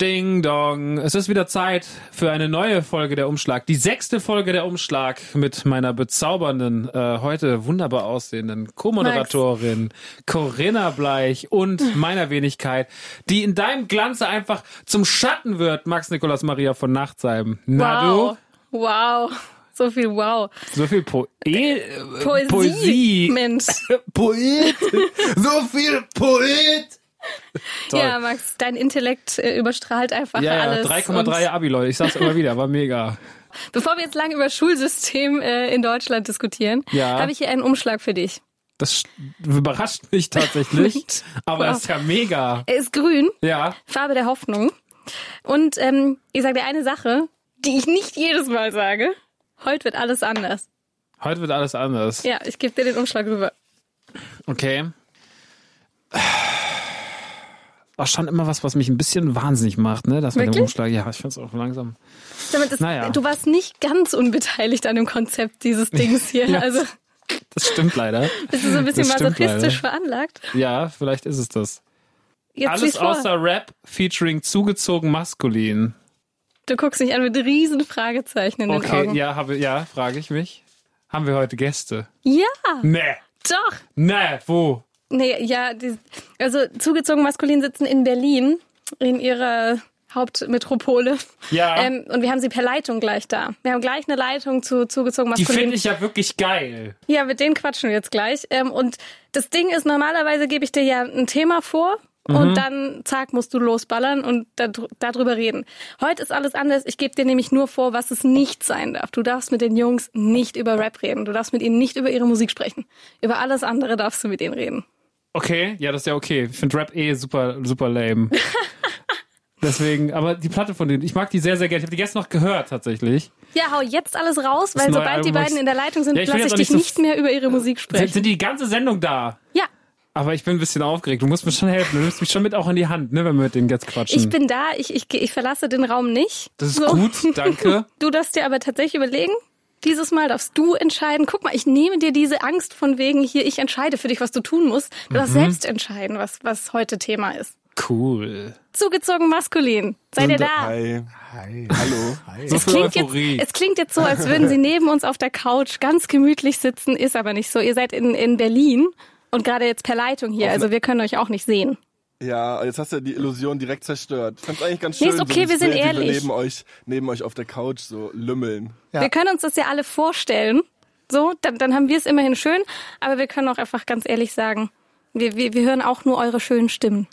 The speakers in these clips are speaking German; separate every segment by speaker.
Speaker 1: Ding Dong. Es ist wieder Zeit für eine neue Folge der Umschlag. Die sechste Folge der Umschlag mit meiner bezaubernden, äh, heute wunderbar aussehenden Co-Moderatorin Corinna Bleich und meiner Wenigkeit, die in deinem Glanze einfach zum Schatten wird, Max Nikolaus Maria von Nachtsheim. Na
Speaker 2: wow. Wow. So viel Wow.
Speaker 1: du, so viel Poe äh,
Speaker 2: Poesie.
Speaker 1: Poesie.
Speaker 2: Mensch.
Speaker 1: Poet. so viel Poet. Toll.
Speaker 2: Ja, Max, dein Intellekt äh, überstrahlt einfach
Speaker 1: Ja, ja,
Speaker 2: alles.
Speaker 1: 3,3 Abi, Leute. Ich sag's immer wieder, war mega.
Speaker 2: Und Bevor wir jetzt lang über Schulsystem äh, in Deutschland diskutieren,
Speaker 1: Ja.
Speaker 2: habe ich hier einen Umschlag für dich.
Speaker 1: Das sch- überrascht mich tatsächlich. aber das ist ja mega.
Speaker 2: Er ist grün,
Speaker 1: Ja.
Speaker 2: Farbe der Hoffnung. Und ähm, ich sage dir eine Sache, die ich nicht jedes Mal sage. Heute wird alles anders.
Speaker 1: Heute wird alles anders.
Speaker 2: Ja, ich gebe dir den Umschlag rüber.
Speaker 1: Okay. Auch Ah, schon immer was, was mich ein bisschen wahnsinnig macht, ne? Das mit dem
Speaker 2: Wirklich?
Speaker 1: Umschlag. Ja, ich find's auch langsam.
Speaker 2: Damit ist,
Speaker 1: Naja.
Speaker 2: Du warst nicht ganz unbeteiligt an dem Konzept dieses Dings hier.
Speaker 1: Ja.
Speaker 2: Also
Speaker 1: Das stimmt leider.
Speaker 2: bist du so ein bisschen
Speaker 1: Das stimmt
Speaker 2: masochistisch veranlagt.
Speaker 1: Ja, vielleicht ist es das.
Speaker 2: Jetzt
Speaker 1: Alles
Speaker 2: lies vor.
Speaker 1: außer Rap featuring zugezogen maskulin.
Speaker 2: Du guckst mich an mit riesen Fragezeichen in den
Speaker 1: Okay,
Speaker 2: Augen.
Speaker 1: ja, habe ja, frage ich mich. Haben wir heute Gäste?
Speaker 2: ja,
Speaker 1: Nee.
Speaker 2: doch.
Speaker 1: Nee, wo?
Speaker 2: Nee, ja, die, also zugezogen maskulin sitzen in Berlin, in ihrer Hauptmetropole.
Speaker 1: Ja.
Speaker 2: Ähm, und wir haben sie per Leitung gleich da. Wir haben gleich eine Leitung zu zugezogen
Speaker 1: Die
Speaker 2: maskulin.
Speaker 1: finde ich ja wirklich geil.
Speaker 2: Ja, mit denen quatschen wir jetzt gleich. Ähm, und das Ding ist, normalerweise gebe ich dir ja ein Thema vor
Speaker 1: Mhm.
Speaker 2: und dann, zack, musst du losballern und da, darüber reden. Heute ist alles anders. Ich gebe dir nämlich nur vor, was es nicht sein darf. Du darfst mit den Jungs nicht über Rap reden. Du darfst mit ihnen nicht über ihre Musik sprechen. Über alles andere darfst du mit ihnen reden.
Speaker 1: Okay, ja, das ist ja okay. Ich finde Rap eh super, super lame. Deswegen, aber die Platte von denen, ich mag die sehr, sehr gerne. Ich habe die gestern noch gehört, tatsächlich.
Speaker 2: Ja, hau jetzt alles raus, weil
Speaker 1: neue
Speaker 2: sobald die
Speaker 1: Album
Speaker 2: beiden
Speaker 1: ist-
Speaker 2: in der Leitung sind,
Speaker 1: Ja, ich will
Speaker 2: lasse ich
Speaker 1: jetzt auch
Speaker 2: dich
Speaker 1: nicht
Speaker 2: nicht
Speaker 1: so-
Speaker 2: mehr über ihre Musik
Speaker 1: Sind,
Speaker 2: sprechen.
Speaker 1: sind die ganze Sendung da?
Speaker 2: Ja,
Speaker 1: Aber ich bin ein bisschen aufgeregt. Du musst mir schon helfen. Du nimmst mich schon mit auch in die Hand, ne, wenn wir mit denen jetzt quatschen.
Speaker 2: ich bin da, ich, ich, geh- ich verlasse den Raum nicht.
Speaker 1: das ist gut, danke.
Speaker 2: Du darfst dir aber tatsächlich überlegen, dieses Mal darfst du entscheiden. Guck mal, ich nehme dir diese Angst von wegen hier, ich entscheide für dich, was du tun musst. Du darfst selbst entscheiden, was, was heute Thema ist.
Speaker 1: Cool.
Speaker 2: Zugezogen maskulin. Seid ihr da?
Speaker 3: Hi. Hi. Hallo.
Speaker 1: So
Speaker 2: Es
Speaker 1: viel
Speaker 2: klingt, jetzt,
Speaker 1: Euphorie.
Speaker 2: es klingt jetzt so, als würden sie neben uns auf der Couch ganz gemütlich sitzen, ist aber nicht so. Ihr seid in, in Berlin und gerade jetzt per Leitung hier, also wir können euch auch nicht sehen.
Speaker 3: Ja, jetzt hast du ja die Illusion direkt zerstört. Ich fand's eigentlich ganz
Speaker 2: Nee,
Speaker 3: schön.
Speaker 2: ist okay,
Speaker 3: so
Speaker 2: wir sind
Speaker 3: wie
Speaker 2: ehrlich.
Speaker 3: Neben euch, neben euch auf der Couch so lümmeln.
Speaker 2: Wir können uns das ja alle vorstellen. So, dann, dann haben wir es immerhin schön, aber wir können auch einfach ganz ehrlich sagen, wir, wir, wir hören auch nur eure schönen Stimmen.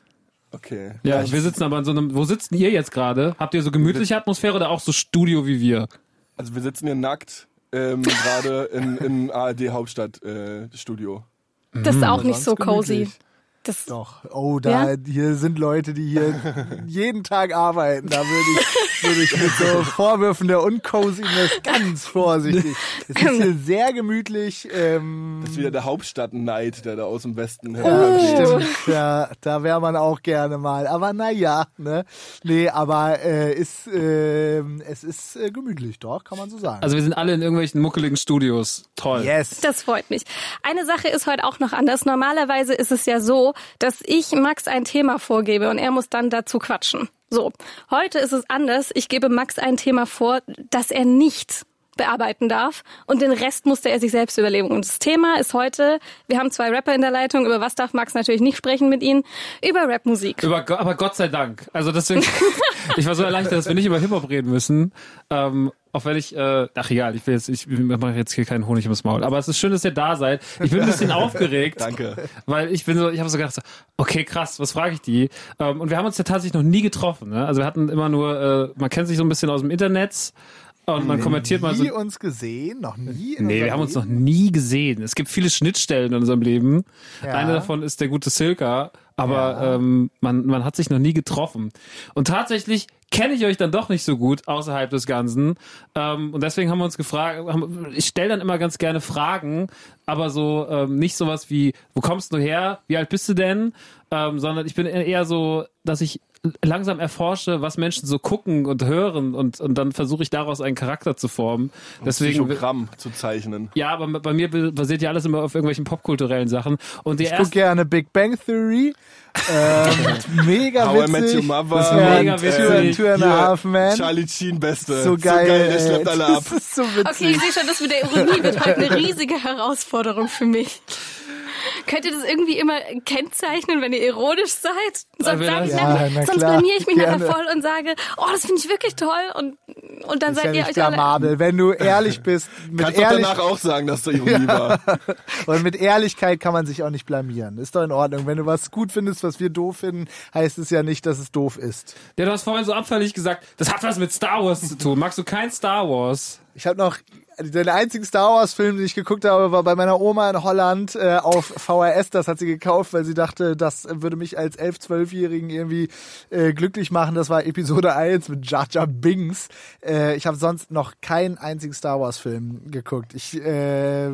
Speaker 3: Okay.
Speaker 1: Ja,
Speaker 3: ich,
Speaker 1: wir sitzen aber in so einem. Wo sitzen ihr jetzt gerade? Habt ihr so gemütliche Atmosphäre oder auch so Studio wie wir?
Speaker 3: also wir sitzen hier nackt ähm, gerade in, im ARD Hauptstadt äh, Studio.
Speaker 2: Das ist auch nicht
Speaker 3: sonst
Speaker 2: so cozy.
Speaker 4: gemütlich.
Speaker 2: Das,
Speaker 4: Doch. Oh, da
Speaker 2: Ja?
Speaker 4: hier sind Leute, die hier jeden Tag arbeiten. Da würde ich, würde ich mit so Vorwürfen der Uncoziness ganz vorsichtig. Es ist hier sehr gemütlich. Ähm,
Speaker 3: Das ist wieder der Hauptstadt-Neid, der da aus dem Westen
Speaker 2: Oh.
Speaker 4: ja,
Speaker 3: herkommt.
Speaker 4: stimmt. Ja, da wäre man auch gerne mal. Aber naja, ne? Nee, aber äh, ist, äh, es ist äh, gemütlich, doch, kann man so sagen.
Speaker 1: Also wir sind alle in irgendwelchen muckeligen Studios. Toll.
Speaker 4: yes.
Speaker 2: das freut mich. Eine Sache ist heute auch noch anders. Normalerweise ist es ja so, dass ich Max ein Thema vorgebe und er muss dann dazu quatschen. So, heute ist es anders. Ich gebe Max ein Thema vor, das er nicht bearbeiten darf und den Rest musste er sich selbst überlegen. Und das Thema ist heute, wir haben zwei Rapper in der Leitung, über was darf Max natürlich nicht sprechen mit ihnen, über Rapmusik.
Speaker 1: Über, Go- aber Gott sei Dank. Also deswegen, ich war so erleichtert, dass wir nicht über Hip-Hop reden müssen. Ähm, auch wenn ich, äh, ach egal, ich will jetzt, ich mache jetzt hier keinen Honig ums Maul. Aber es ist schön, dass ihr da seid. Ich bin ein bisschen aufgeregt.
Speaker 3: Danke.
Speaker 1: Weil ich bin so, ich habe so gedacht, so, okay, krass, was frage ich die? Ähm, und wir haben uns ja tatsächlich noch nie getroffen. Ne? Also wir hatten immer nur, äh, man kennt sich so ein bisschen aus dem Internet und man kommentiert mal so.
Speaker 4: nie uns gesehen, noch nie. In
Speaker 1: Nee,
Speaker 4: unserem
Speaker 1: wir haben uns noch
Speaker 4: Leben?
Speaker 1: nie gesehen. Es gibt viele Schnittstellen in unserem Leben.
Speaker 4: Ja.
Speaker 1: Eine davon ist der gute Silka, aber ähm, man, man hat sich noch nie getroffen. Und tatsächlich kenne ich euch dann doch nicht so gut außerhalb des Ganzen. Ähm, und deswegen haben wir uns gefragt, haben, ich stelle dann immer ganz gerne Fragen, aber so ähm, nicht sowas wie, wo kommst du her? Wie alt bist du denn? Ähm, sondern ich bin eher so, dass ich langsam erforsche, was Menschen so gucken und hören und, und dann versuche ich daraus einen Charakter zu formen. Deswegen,
Speaker 3: Psychogramm zu zeichnen.
Speaker 1: ja, aber bei mir basiert ja alles immer auf irgendwelchen popkulturellen Sachen. Und die
Speaker 4: Ich gucke
Speaker 1: erste,
Speaker 4: gerne Big Bang Theory. Ähm, mega
Speaker 3: How I Met Your
Speaker 4: witzig.
Speaker 3: Mother. ähm,
Speaker 1: Das ist
Speaker 4: Ja,
Speaker 1: mega
Speaker 4: Two-
Speaker 1: witzig.
Speaker 4: Two and
Speaker 3: Hier,
Speaker 4: a Half Man.
Speaker 3: Charlie Sheen Beste.
Speaker 4: So geil.
Speaker 3: der
Speaker 4: ey.
Speaker 3: schleppt alle ab.
Speaker 4: Das ist so witzig.
Speaker 2: Okay, ich sehe schon, das mit der Ironie wird heute eine riesige Herausforderung für mich. Könnt ihr das irgendwie immer kennzeichnen, wenn ihr ironisch seid? Sonst,
Speaker 1: wir
Speaker 2: sag ich
Speaker 1: das-
Speaker 4: Ja,
Speaker 2: nachher,
Speaker 4: na
Speaker 2: sonst
Speaker 4: klar,
Speaker 2: blamier ich mich
Speaker 4: gerne.
Speaker 2: nachher voll und sage, oh, das finde ich wirklich toll. Und, und dann
Speaker 4: Ist ja
Speaker 2: seid ihr
Speaker 4: nicht
Speaker 2: euch alle...
Speaker 4: blamabel. Wenn du ehrlich bist, mit,
Speaker 3: Kannst doch
Speaker 4: ehrlich,
Speaker 3: danach auch sagen, dass du Ironie war.
Speaker 4: und mit Ehrlichkeit kann man sich auch nicht blamieren. Ist doch in Ordnung. Wenn du was gut findest, was wir doof finden, heißt es ja nicht, dass es doof ist.
Speaker 1: ja, du hast vorhin so abfällig gesagt, das hat was mit Star Wars zu tun. Magst du kein Star Wars?
Speaker 4: Ich habe noch den einzigen Star Wars Film, den ich geguckt habe, war bei meiner Oma in Holland äh, auf VHS. Das hat sie gekauft, weil sie dachte, das würde mich als 11, 12-Jährigen irgendwie äh, glücklich machen. Das war Episode 1 mit Jar Jar Binks. Äh, ich habe sonst noch keinen einzigen Star Wars Film geguckt. Ich äh,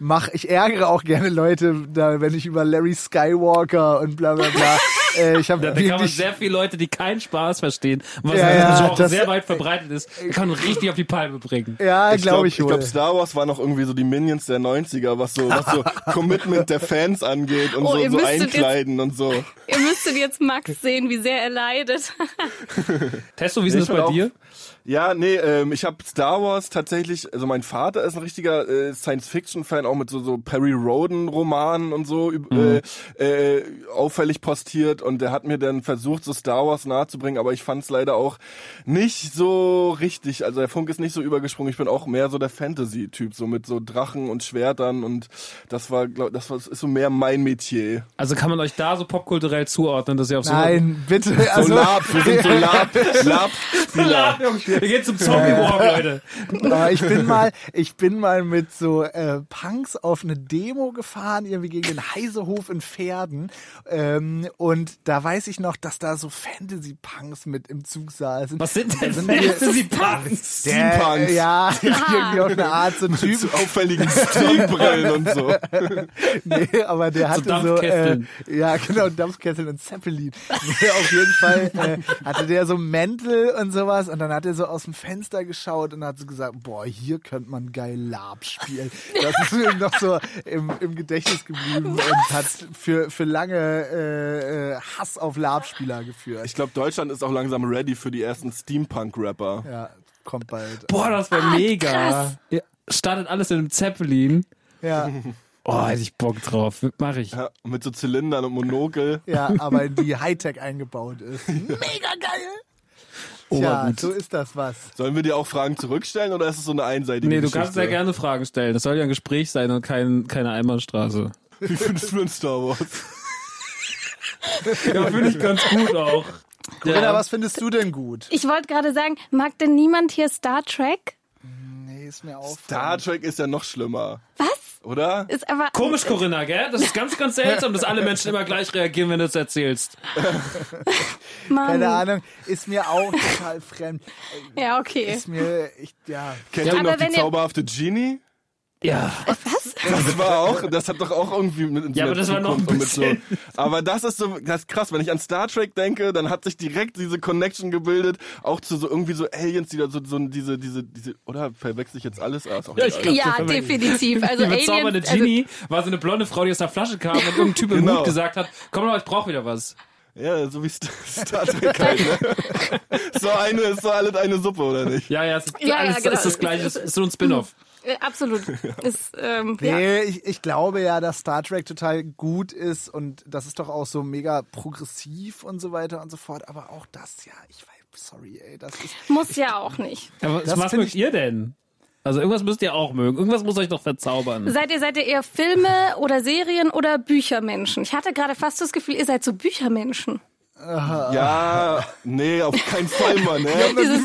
Speaker 4: mach, ich ärgere auch gerne Leute, da, wenn ich über Larry Skywalker und bla bla bla. äh, ich habe
Speaker 1: Da kann man
Speaker 4: wirklich
Speaker 1: sehr viele Leute, die keinen Spaß verstehen, was
Speaker 4: Ja,
Speaker 1: in diesem
Speaker 4: ja,
Speaker 1: Genre
Speaker 4: das- Äh,
Speaker 1: sehr weit verbreitet ist, kann man richtig auf die Palme bringen.
Speaker 4: ja, glaube ich,
Speaker 3: Ich
Speaker 4: wohl.
Speaker 3: glaube, Star Wars war noch irgendwie so die Minions der 90er, was so, was so Commitment der Fans angeht und
Speaker 2: Oh, ihr
Speaker 3: so, so
Speaker 2: müsstet jetzt-
Speaker 3: einkleiden und so.
Speaker 2: Ihr müsstet jetzt Max sehen, wie sehr er leidet.
Speaker 1: Testo, wie ist das
Speaker 3: Ich bin
Speaker 1: bei
Speaker 3: auch-
Speaker 1: dir?
Speaker 3: Ja, nee, ähm, ich habe Star Wars tatsächlich, also mein Vater ist ein richtiger äh, Science-Fiction-Fan, auch mit so, so Perry Roden-Romanen und so üb- äh, äh, auffällig postiert und der hat mir dann versucht, so Star Wars nahezubringen, aber ich fand's leider auch nicht so richtig, also der Funk ist nicht so übergesprungen, ich bin auch mehr so der Fantasy-Typ, so mit so Drachen und Schwertern und das war, glaub, das war, das ist so mehr mein Metier.
Speaker 1: Also kann man euch da so popkulturell zuordnen, dass ihr auf so
Speaker 4: Nein, bitte.
Speaker 3: So
Speaker 4: Also,
Speaker 3: Lab, wir sind so Lab, Lab-Spieler.
Speaker 1: Wir gehen zum Zombie Walk, Leute.
Speaker 4: Aber Oh, ich bin mal, ich bin mal mit so äh, Punks auf eine Demo gefahren, irgendwie gegen den Heisehof in Pferden. Ähm, und da weiß ich noch, dass da so Fantasy-Punks mit im Zug saßen.
Speaker 1: Was sind denn
Speaker 4: Sind wir-
Speaker 1: Fantasy-Punks?
Speaker 4: Äh,
Speaker 3: Steampunks.
Speaker 4: ja, irgendwie auf eine Art so ein Typ,
Speaker 3: Zu auffälligen Steambrillen und so.
Speaker 4: nee, aber der hatte so, äh,
Speaker 1: Dampfkesseln.
Speaker 4: ja genau, Dampfkesseln und Zeppelin. Nee, auf jeden Fall äh, hatte der so Mäntel und sowas und dann hat er so aus dem Fenster geschaut und hat so gesagt, boah, hier könnte man geil Lab spielen. Das ist mir noch so im, im Gedächtnis geblieben und hat für, für lange äh, äh, Hass auf Lab-Spieler geführt.
Speaker 3: Ich glaube, Deutschland ist auch langsam ready für die ersten Steampunk-Rapper.
Speaker 4: ja, kommt bald.
Speaker 1: Boah, das
Speaker 4: Ah,
Speaker 1: wäre mega. Ihr Startet alles in einem Zeppelin.
Speaker 4: Ja,
Speaker 1: Oh, hätte ich Bock drauf. Mach ich.
Speaker 3: Ja, mit so Zylindern und Monokel.
Speaker 4: ja, aber die Hightech eingebaut ist. Mega geil!
Speaker 1: Oh,
Speaker 4: Tja,
Speaker 1: gut.
Speaker 4: so ist das was.
Speaker 3: Sollen wir dir auch Fragen zurückstellen oder ist es so eine einseitige
Speaker 1: Nee, du
Speaker 3: Geschichte?
Speaker 1: kannst ja gerne Fragen stellen. Das soll ja ein Gespräch sein und kein, keine Einbahnstraße.
Speaker 3: Wie findest du denn Star Wars?
Speaker 1: Ja, finde ich ganz gut auch.
Speaker 4: Corinna, was findest du denn gut?
Speaker 2: Ich wollte gerade sagen, mag denn niemand hier Star Trek?
Speaker 4: Nee, ist mir auf.
Speaker 3: Star Trek ist ja noch schlimmer. Was? Oder?
Speaker 2: Ist aber
Speaker 1: Komisch, Corinna, gell? Das ist ganz, ganz seltsam, dass alle Menschen immer gleich reagieren, wenn du es erzählst.
Speaker 2: Mann.
Speaker 4: Keine Ahnung, ist mir auch total fremd.
Speaker 2: Ja, okay.
Speaker 4: Ist mir, ich, ja.
Speaker 3: Kennt ihr
Speaker 2: aber
Speaker 3: noch die
Speaker 2: wenn ihr-
Speaker 3: zauberhafte Genie?
Speaker 1: Ja.
Speaker 3: Das war auch, das hat doch auch irgendwie mit mit
Speaker 1: Ja, aber
Speaker 3: der
Speaker 1: das war noch ein
Speaker 3: Zukunft und mit so. Aber das ist so, das ist krass, wenn ich an Star Trek denke, dann hat sich direkt diese Connection gebildet, auch zu so irgendwie so Aliens, die da so, so diese, diese, diese, oder verwechsel ich jetzt alles? Ah, ist auch
Speaker 1: Ja,
Speaker 3: egal.
Speaker 1: ich glaub,
Speaker 2: Ja, definitiv. Also
Speaker 1: Die bezaubernde
Speaker 2: Aliens, also,
Speaker 1: Genie war so eine blonde Frau, die aus der Flasche kam und irgendein Typ im
Speaker 3: Genau.
Speaker 1: Mut gesagt hat, komm mal, ich brauch wieder was.
Speaker 3: Ja, so wie St- Star Trek halt, ne? So eine, ist so alles eine Suppe, oder nicht?
Speaker 1: Ja, ja, es ist,
Speaker 2: Ja, ja,
Speaker 1: alles,
Speaker 2: genau.
Speaker 1: ist das gleiche, es ist so ein Spin-off.
Speaker 2: äh, absolut. Ist, ähm, ja.
Speaker 4: Nee, ich, ich glaube ja, dass Star Trek total gut ist und das ist doch auch so mega progressiv und so weiter und so fort. Aber auch das, ja, ich weiß, sorry, ey, das ist.
Speaker 2: Muss ja auch nicht.
Speaker 1: Aber
Speaker 4: Das
Speaker 1: was
Speaker 4: find
Speaker 1: mögt ihr denn? Also irgendwas müsst ihr auch mögen. Irgendwas muss euch doch verzaubern.
Speaker 2: Seid ihr, seid ihr eher Filme oder Serien oder Büchermenschen? Ich hatte gerade fast das Gefühl, ihr seid so Büchermenschen.
Speaker 3: Ja, nee, auf keinen Fall, Mann, ne?
Speaker 2: Dieses,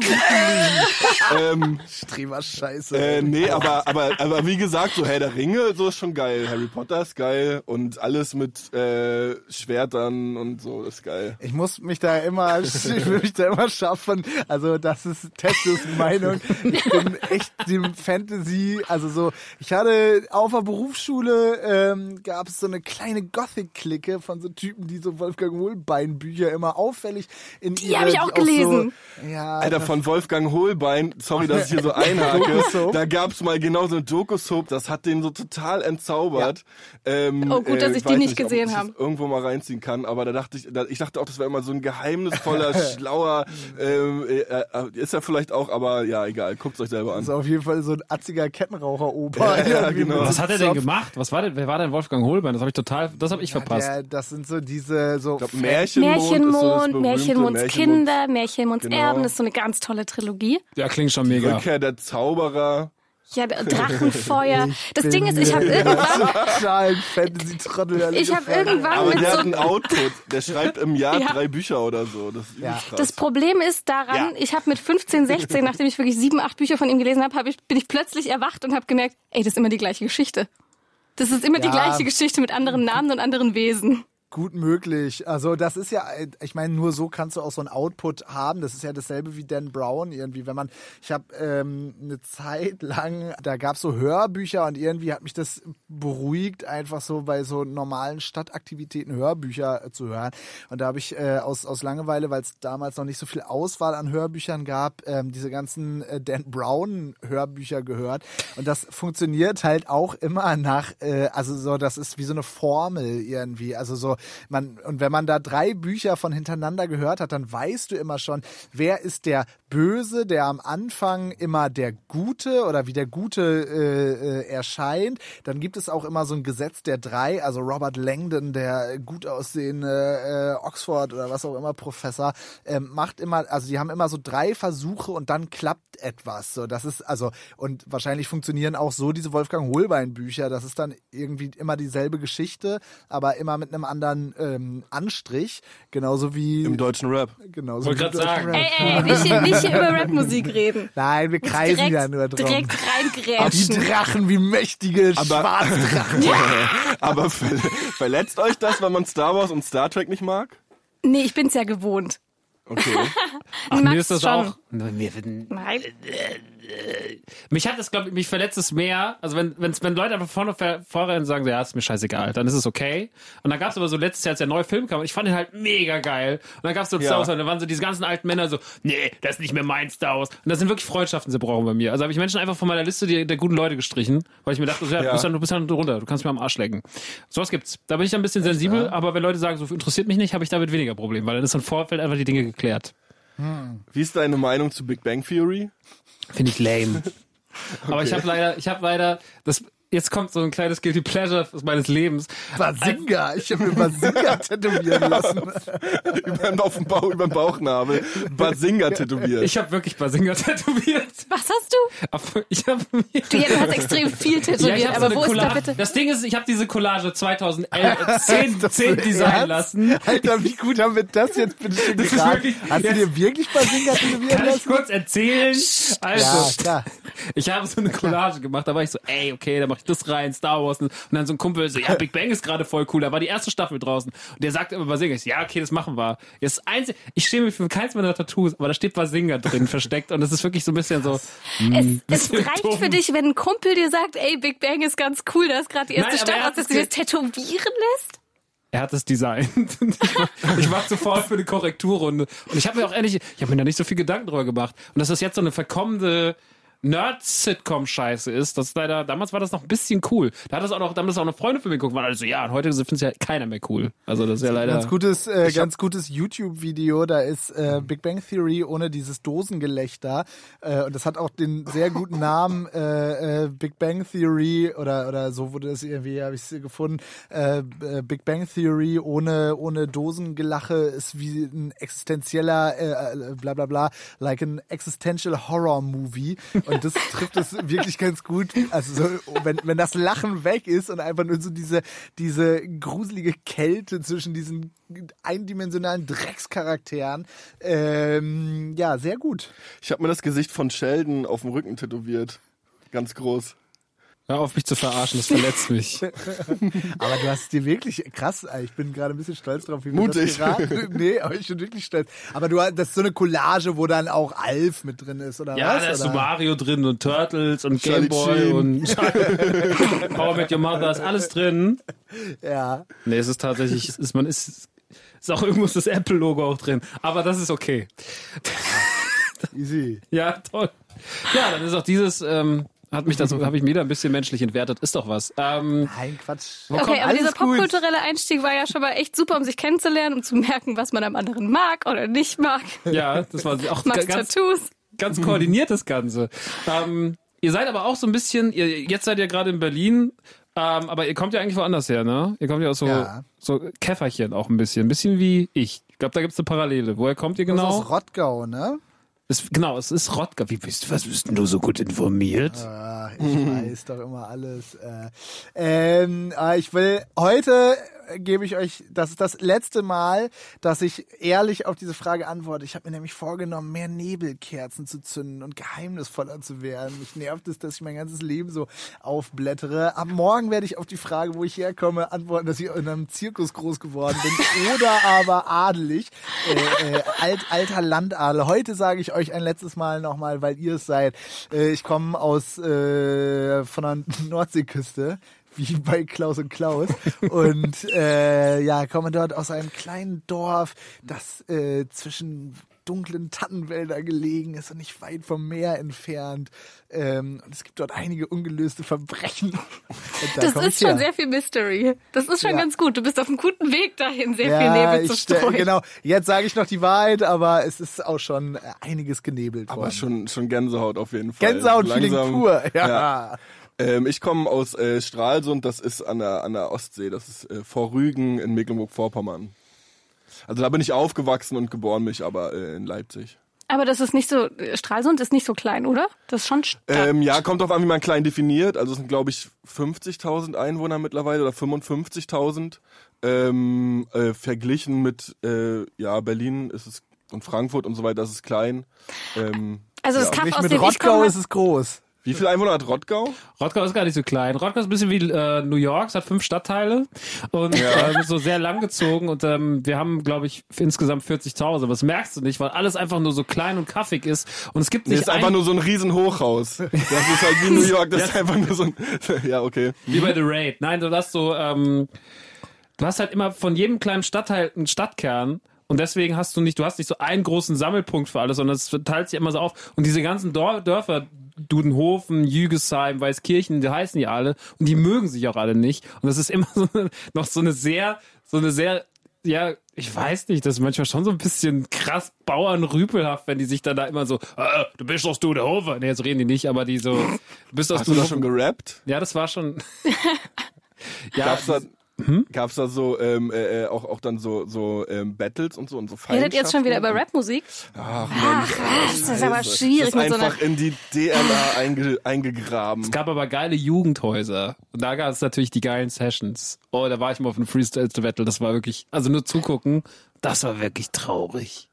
Speaker 3: ähm,
Speaker 4: Streber Scheiße.
Speaker 3: äh, nee, aber, aber, aber wie gesagt, so Herr der Ringe, so ist schon geil. Harry Potter ist geil und alles mit äh, Schwertern und so ist geil.
Speaker 4: Ich muss mich da immer, ich will mich da immer schaffen. Also das ist Testes Meinung. Ich bin echt dem Fantasy, also so. Ich hatte auf der Berufsschule ähm, gab es so eine kleine Gothic-Clique von so Typen, die so Wolfgang Hohlbein-Bücher Wikipedia immer auffällig in
Speaker 2: Die hab ich auch gelesen.
Speaker 4: So, ja,
Speaker 3: Alter, von Wolfgang Holbein, sorry, dass ich hier so einhake,
Speaker 4: Doku-Soap.
Speaker 3: da gab's mal genau so ein Dokusoap, das hat den so total entzaubert. Ähm,
Speaker 2: Oh, gut, dass ich die
Speaker 3: weiß
Speaker 2: nicht gesehen
Speaker 3: ob
Speaker 2: habe.
Speaker 3: Ich das irgendwo mal reinziehen kann, aber da dachte ich, da, ich dachte auch, das wäre immer so ein geheimnisvoller, schlauer, ähm, äh, äh, ist ja vielleicht auch, aber ja, egal, guckt's euch selber an.
Speaker 4: das ist auf jeden Fall so ein atziger Kettenraucher-Opa.
Speaker 3: Ja,
Speaker 4: irgendwie
Speaker 3: genau.
Speaker 4: mit so
Speaker 1: Was hat er denn
Speaker 4: Zopf.
Speaker 1: gemacht? Was war denn, wer war denn Wolfgang Holbein? Das habe ich total, das habe ich verpasst.
Speaker 4: Ja, das sind so diese so
Speaker 3: Ich glaub,
Speaker 4: Fan-
Speaker 3: Märchenmond, ist so das
Speaker 2: Märchenmond,
Speaker 3: berühmte
Speaker 2: Märchenmonds
Speaker 3: Märchenmond.
Speaker 2: Kinder, Märchenmonds
Speaker 3: Genau.
Speaker 2: Erben, das ist so eine ganz tolle Trilogie.
Speaker 1: Ja, klingt schon mega.
Speaker 3: Rückkehr der Zauberer.
Speaker 2: Ja, Drachenfeuer. das
Speaker 4: bin
Speaker 2: Ding ist, ich habe
Speaker 4: der
Speaker 2: irgendwann,
Speaker 4: totalen Fantasy-Trottel.
Speaker 2: ich habe irgendwann
Speaker 3: Aber
Speaker 2: Ah, mit
Speaker 3: der
Speaker 2: so
Speaker 3: hat einen Output. Der schreibt im Jahr
Speaker 2: Ja.
Speaker 3: drei Bücher oder so. Das ist übelst
Speaker 4: Ja.
Speaker 3: krass.
Speaker 2: Das Problem ist daran,
Speaker 3: Ja.
Speaker 2: ich habe mit 15, 16, nachdem ich wirklich sieben, acht Bücher von ihm gelesen habe, hab ich, bin ich plötzlich erwacht und habe gemerkt, ey, das ist immer die gleiche Geschichte. Das ist immer die
Speaker 4: Ja.
Speaker 2: gleiche Geschichte mit anderen Namen und anderen Wesen.
Speaker 4: Gut möglich. Also das ist ja, ich meine, nur so kannst du auch so einen Output haben. Das ist ja dasselbe wie Dan Brown irgendwie. Wenn man, ich habe ähm, eine Zeit lang, da gab's so Hörbücher und irgendwie hat mich das beruhigt, einfach so bei so normalen Stadtaktivitäten Hörbücher äh, zu hören. Und da habe ich äh, aus, aus Langeweile, weil es damals noch nicht so viel Auswahl an Hörbüchern gab, ähm, diese ganzen äh, Dan Brown Hörbücher gehört. Und das funktioniert halt auch immer nach, äh, also so, das ist wie so eine Formel irgendwie. Also so, man, und wenn man da drei Bücher von hintereinander gehört hat, dann weißt du immer schon, wer ist der Böse, der am Anfang immer der Gute oder wie der Gute äh, äh, erscheint. Dann gibt es auch immer so ein Gesetz der drei, also Robert Langdon, der gut aussehende äh, Oxford oder was auch immer Professor, ähm, macht immer, also die haben immer so drei Versuche und dann klappt etwas. So, das ist also und wahrscheinlich funktionieren auch so diese Wolfgang Holbein Bücher. Das ist dann irgendwie immer dieselbe Geschichte, aber immer mit einem anderen ähm, Anstrich, genauso wie
Speaker 3: Im deutschen Rap.
Speaker 4: genauso.
Speaker 1: Wollte
Speaker 4: wie
Speaker 1: grad
Speaker 4: im deutschen
Speaker 1: sagen.
Speaker 4: Rap.
Speaker 2: Ey, ey, nicht hier, nicht hier über Rapmusik reden.
Speaker 4: Nein, wir kreisen
Speaker 2: Direkt,
Speaker 4: ja nur drum.
Speaker 2: direkt
Speaker 4: Die
Speaker 2: reingrätschen.
Speaker 4: Drachen, wie mächtige Schwarzdrachen.
Speaker 3: Aber ver verletzt euch das, wenn man Star Wars und Star Trek nicht mag?
Speaker 2: Nee, ich bin's ja gewohnt.
Speaker 3: Okay.
Speaker 1: Ach, mir
Speaker 2: Max
Speaker 1: ist das
Speaker 2: schon.
Speaker 1: auch. Mir,
Speaker 2: Nein.
Speaker 1: mich hat das, glaube ich, mich verletzt es mehr. Also wenn, wenn's, wenn Leute einfach vorne ver- vorrennen und sagen, so, ja, ist mir scheißegal, dann ist es okay. Und dann gab es aber so letztes Jahr, als der neue Film kam, und ich fand ihn halt mega geil. Und dann gab es so Star Wars, und dann waren so diese ganzen alten Männer so, nee, das ist nicht mehr mein Star Wars. Und das sind wirklich Freundschaften zerbrochen bei mir. Also habe ich Menschen einfach von meiner Liste die, der guten Leute gestrichen, weil ich mir dachte, so, ja,
Speaker 3: Ja.
Speaker 1: Du, bist dann, du bist dann runter, du kannst mir am Arsch lecken. Sowas gibt's. Da bin ich dann ein bisschen sensibel, aber wenn Leute sagen, so interessiert mich nicht, habe ich damit weniger Probleme, weil dann ist im Vorfeld einfach die Dinge geklärt.
Speaker 3: Wie ist deine Meinung zu Big Bang Theory?
Speaker 1: Finde ich lame. Aber ich habe leider, ich habe leider, das, jetzt kommt so ein kleines Guilty Pleasure meines Lebens.
Speaker 4: Basinga. Ich habe mir Basinga tätowieren lassen.
Speaker 3: Über, auf dem Bauch, über den Bauchnabel. Basinga tätowiert.
Speaker 1: Ich habe wirklich Basinger tätowiert.
Speaker 2: Was hast du?
Speaker 1: Aber Ich habe mir.
Speaker 2: Du, ja, du hast extrem viel
Speaker 1: Ja,
Speaker 2: tätowiert,
Speaker 1: ich hab so
Speaker 2: aber
Speaker 1: eine
Speaker 2: wo ist da
Speaker 1: Collage.
Speaker 2: bitte?
Speaker 1: Das Ding ist, ich habe diese Collage 2011 äh, 10, 10
Speaker 4: Ernst?
Speaker 1: design lassen.
Speaker 4: Alter, wie gut haben wir das jetzt bitte schön
Speaker 1: Das ist
Speaker 4: geraten?
Speaker 1: wirklich-
Speaker 4: Hast du
Speaker 1: jetzt-
Speaker 4: dir wirklich Basinga tätowieren
Speaker 1: Kann ich
Speaker 4: lassen?
Speaker 1: kurz erzählen?
Speaker 4: Ja,
Speaker 1: Also,
Speaker 4: klar.
Speaker 1: ich habe so eine Collage gemacht, da war ich so, ey, okay, da mache ich das rein, Star Wars. Und dann so ein Kumpel so, ja, Big Bang ist gerade voll cool, da war die erste Staffel draußen. Und der sagt immer Basinga. Ich so, ja, okay, das machen wir. Jetzt einzig, ich schäme mich für keins meiner Tattoos, aber da steht Basinga drin versteckt und das ist wirklich so ein bisschen so.
Speaker 2: Es, es reicht
Speaker 1: dumm.
Speaker 2: für dich, wenn ein Kumpel dir sagt, ey, Big Bang ist ganz cool, da ist gerade die erste
Speaker 1: Nein, aber er
Speaker 2: Stadt
Speaker 1: hat
Speaker 2: dass du
Speaker 1: es
Speaker 2: dir das tätowieren lässt?
Speaker 1: Er hat es designt. ich war sofort für eine Korrekturrunde. Und ich habe mir auch ehrlich, ich habe mir da nicht so viel Gedanken drüber gemacht. Und dass das jetzt so eine verkommende Nerd-Sitcom-Scheiße ist, das ist leider, damals war das noch ein bisschen cool. Da hat das auch noch, damals auch noch Freunde von mir geguckt, waren alle so, ja, und heute findet ja keiner mehr cool. Also das ist ja leider.
Speaker 4: Ganz gutes, äh, ganz gutes YouTube-Video, da ist äh, Big Bang Theory ohne dieses Dosengelächter äh, und das hat auch den sehr guten Namen äh, äh, Big Bang Theory oder oder so wurde es irgendwie, habe ich es gefunden. Äh, äh, Big Bang Theory ohne ohne Dosengelache ist wie ein existenzieller, äh, äh, bla bla bla, like an existential Horror Movie und das trifft es wirklich ganz gut. Also so, wenn wenn das Lachen weg ist und einfach nur so diese diese gruselige Kälte zwischen diesen eindimensionalen Dreckscharakteren. Ähm, ja, sehr gut.
Speaker 3: Ich habe mir das Gesicht von Sheldon auf dem Rücken tätowiert. Ganz groß.
Speaker 1: Hör auf mich zu verarschen, das verletzt mich.
Speaker 4: Aber du hast dir wirklich krass, ey, ich bin gerade ein bisschen stolz drauf, wie
Speaker 3: Mutig.
Speaker 4: Wir das geraten- nee, aber ich bin wirklich stolz. Aber du hast- das ist so eine Collage, wo dann auch Alf mit drin ist oder
Speaker 1: Ja,
Speaker 4: was?
Speaker 1: da ist so
Speaker 4: oder?
Speaker 1: Mario drin und Turtles und
Speaker 3: Charlie
Speaker 1: Gameboy
Speaker 3: Sheen.
Speaker 1: und Power Met Your Mother ist alles drin.
Speaker 4: ja.
Speaker 1: Nee, es ist tatsächlich, es ist, man ist, Ist auch irgendwo ist das Apple-Logo auch drin. Aber das ist okay.
Speaker 4: Easy.
Speaker 1: Ja, toll. Ja, dann ist auch dieses, ähm, hat mich dazu, habe ich mir da ein bisschen menschlich entwertet. Ist doch was. Ähm,
Speaker 4: Nein, Quatsch.
Speaker 2: Okay, aber
Speaker 4: kommt
Speaker 2: dieser
Speaker 4: alles gut.
Speaker 2: popkulturelle Einstieg war ja schon mal echt super, um sich kennenzulernen, um zu merken, was man am anderen mag oder nicht mag.
Speaker 1: ja, das war auch
Speaker 2: Magst
Speaker 1: ganz,
Speaker 2: Tattoos?
Speaker 1: ganz koordiniert das Ganze. Ähm, ihr seid aber auch so ein bisschen, ihr, jetzt seid ihr gerade in Berlin, ähm, aber ihr kommt ja eigentlich woanders her, ne? Ihr kommt ja aus so,
Speaker 4: Ja.
Speaker 1: so Käferchen auch ein bisschen. Ein bisschen wie ich. Ich glaube, da gibt's eine Parallele. Woher kommt ihr
Speaker 4: Das ist
Speaker 1: genau?
Speaker 4: aus Rottgau, ne?
Speaker 1: Es, genau, es ist Rottgau. Wie bist, was bist denn du so gut informiert?
Speaker 4: Ach, Ah, ich weiß doch immer alles. Äh, ähm, äh, ich will heute gebe ich euch, das ist das letzte Mal, dass ich ehrlich auf diese Frage antworte. Ich habe mir nämlich vorgenommen, mehr Nebelkerzen zu zünden und geheimnisvoller zu werden. Mich nervt es, dass ich mein ganzes Leben so aufblättere. Ab morgen werde ich auf die Frage, wo ich herkomme, antworten, dass ich in einem Zirkus groß geworden bin oder aber adelig. Äh, äh, alt, alter Landadel. Heute sage ich euch ein letztes Mal nochmal, weil ihr es seid. Äh, ich komme aus äh, von der Nordseeküste wie bei Klaus und Klaus. Und äh, ja, komme dort aus einem kleinen Dorf, das äh, zwischen dunklen Tannenwälder gelegen ist und nicht weit vom Meer entfernt. Ähm, und es gibt dort einige ungelöste Verbrechen. Und da
Speaker 2: Das
Speaker 4: komm
Speaker 2: ist
Speaker 4: ich her.
Speaker 2: schon sehr viel Mystery. Das ist schon
Speaker 4: Ja.
Speaker 2: ganz gut. Du bist auf einem guten Weg dahin, sehr
Speaker 4: ja,
Speaker 2: viel Nebel zu
Speaker 4: ich stell-
Speaker 2: streuen.
Speaker 4: Genau, jetzt sage ich noch die Wahrheit, aber es ist auch schon äh, einiges genebelt
Speaker 3: Aber
Speaker 4: worden.
Speaker 3: schon, schon Gänsehaut auf jeden Fall.
Speaker 4: Gänsehaut-Feeling
Speaker 3: Langsam-
Speaker 4: pur. Ja.
Speaker 3: Ähm, ich komme aus äh, Stralsund, das ist an der, an der Ostsee, das ist äh, vor Rügen in Mecklenburg-Vorpommern. Also da bin ich aufgewachsen und geboren mich aber äh, in Leipzig.
Speaker 2: Aber das ist nicht so, äh, Stralsund ist nicht so klein, oder? Das ist schon Stadt.
Speaker 3: Ähm, ja, kommt drauf an, wie man klein definiert. Also es sind, glaube ich, 50.000 Einwohner mittlerweile oder 55.000. Ähm, äh, verglichen mit äh, ja, Berlin ist es und Frankfurt und so weiter, das ist klein. Ähm,
Speaker 2: also das
Speaker 3: ja.
Speaker 2: Kaff,
Speaker 4: Nicht
Speaker 2: aus
Speaker 4: mit
Speaker 2: dem ich
Speaker 4: Rottgau
Speaker 2: komme,
Speaker 4: ist es groß.
Speaker 3: wie viele Einwohner hat Rottgau?
Speaker 1: Rottgau ist gar nicht so klein. Rottgau ist ein bisschen wie äh, New York, es hat fünf Stadtteile und ähm, so sehr langgezogen und ähm, wir haben, glaube ich, insgesamt 40.000. Aber das merkst du nicht, weil alles einfach nur so klein und kaffig ist und es gibt
Speaker 3: Nee,
Speaker 1: nicht
Speaker 3: ist einfach
Speaker 1: ein,
Speaker 3: nur so ein riesen Hochhaus. Das ist halt wie New York, das ist einfach nur so ein. Ja, okay.
Speaker 1: wie bei The Raid. Nein, du hast so, ähm, du hast halt immer von jedem kleinen Stadtteil einen Stadtkern. Und deswegen hast du nicht, du hast nicht so einen großen Sammelpunkt für alles, sondern es teilt sich immer so auf. Und diese ganzen Dor Dörfer, Dudenhofen, Jügesheim, Weißkirchen, die heißen ja alle und die mögen sich auch alle nicht. Und das ist immer so eine, noch so eine sehr, so eine sehr, ja, ich weiß nicht, das ist manchmal schon so ein bisschen krass bauernrüpelhaft, wenn die sich dann da immer so, äh, du bist aus Dudenhofen. Nee, so reden die nicht, aber die so, du bist aus
Speaker 3: Hast du da
Speaker 1: Dudenhofen.
Speaker 3: schon gerappt?
Speaker 1: Ja, das war schon. ja,
Speaker 3: Gab's da,
Speaker 2: Hm?
Speaker 3: gab's da so ähm, äh, äh, auch, auch dann so, so ähm, Battles und so und so
Speaker 2: Ihr
Speaker 3: Feindschaften?
Speaker 2: redet jetzt schon wieder über Rapmusik.
Speaker 3: Ach, Mensch,
Speaker 2: Das ist aber schwierig
Speaker 3: das ist
Speaker 2: mit so einer.
Speaker 3: einfach in die DNA einge, eingegraben.
Speaker 1: es gab aber geile Jugendhäuser. Und da gab es natürlich die geilen Sessions. Oh, da war ich mal auf einem Freestyle-Battle. Das war wirklich, also nur zugucken, das war wirklich traurig.